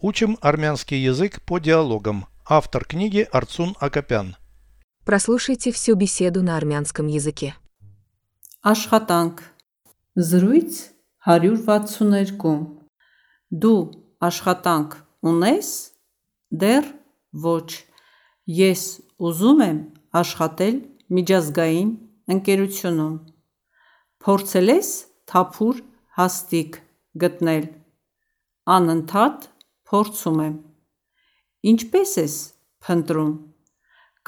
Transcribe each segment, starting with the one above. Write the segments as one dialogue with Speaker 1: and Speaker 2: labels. Speaker 1: Учим армянский язык по диалогам. Автор книги Арцун Акопян.
Speaker 2: Прослушайте всю беседу на армянском языке.
Speaker 3: Աշխատանք Զրույց 162 Դու աշխատանք ունես դեռ ոչ Ես ուզում եմ աշխատել միջազգային ընկերությունում Փորձել ես թափուր հաստիկ գտնել Անընդհատ փորձում եմ Ինչպե՞ս ես փնտրում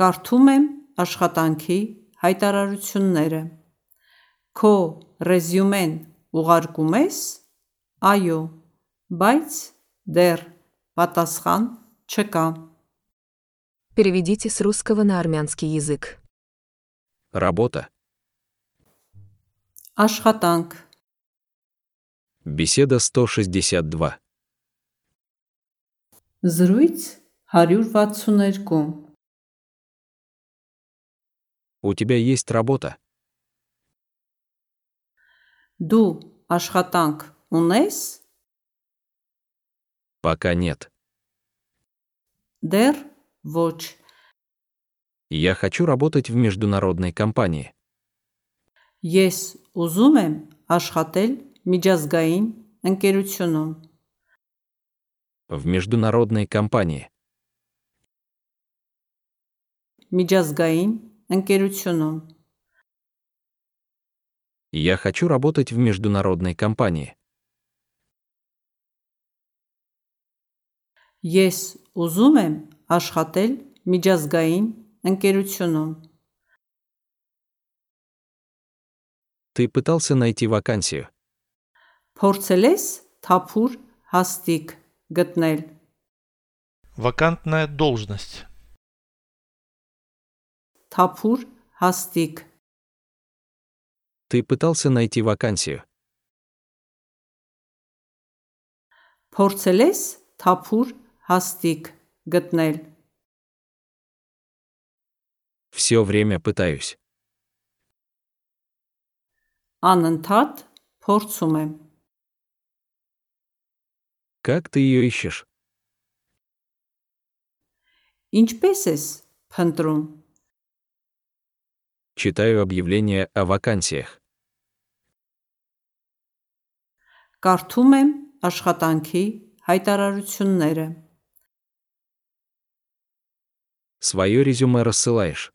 Speaker 3: Կարդում եմ աշխատանքի հայտարարությունները Քո ռեզյումեն ուղարկում ես։ Այո, բայց դեռ պատասխան չկա։
Speaker 2: Переведите с русского на армянский язык.
Speaker 4: Работа.
Speaker 3: Աշխատանք
Speaker 4: Беседа 162.
Speaker 3: Զրույց 162
Speaker 4: У тебя есть работа?
Speaker 3: Դու աշխատանք ունես
Speaker 4: Пока нет.
Speaker 3: դեռ ոչ։
Speaker 4: Я хочу работать в международной компании.
Speaker 3: Ես ուզում եմ աշխատել միջազգային ընկերությունում։
Speaker 4: В международной компании.
Speaker 3: Միջազգային ընկերությունում
Speaker 4: Я хочу работать в международной компании.
Speaker 3: Ես ուզում եմ աշխատել միջազգային ընկերությունում։
Speaker 4: Ты пытался найти вакансию.
Speaker 3: Փորձել ես թափուր հաստիկ գտնել։
Speaker 1: Вакантная должность.
Speaker 3: Թափուր հաստիկ
Speaker 4: Ты пытался найти вакансию.
Speaker 3: Փորձել ես թափուր հաստիկ գտնել։
Speaker 4: Все время пытаюсь.
Speaker 3: Անընդհատ փորձում եմ։
Speaker 4: Как ты ее ищешь?
Speaker 3: Ինչպես ես փնտրում։
Speaker 4: Читаю объявления о вакансиях.
Speaker 3: Կարդում եմ աշխատանքի հայտարարությունները։
Speaker 4: Свое резюме рассылаешь.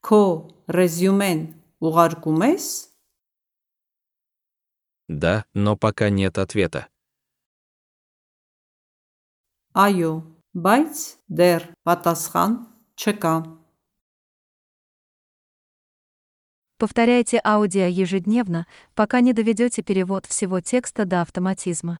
Speaker 3: Քո ռեզյումեն ուղարկում ես։
Speaker 4: Да, но пока нет ответа.
Speaker 3: Այո, բայց դեռ պատասխան չկա։
Speaker 5: Повторяйте аудио ежедневно, пока не доведете перевод всего текста до автоматизма.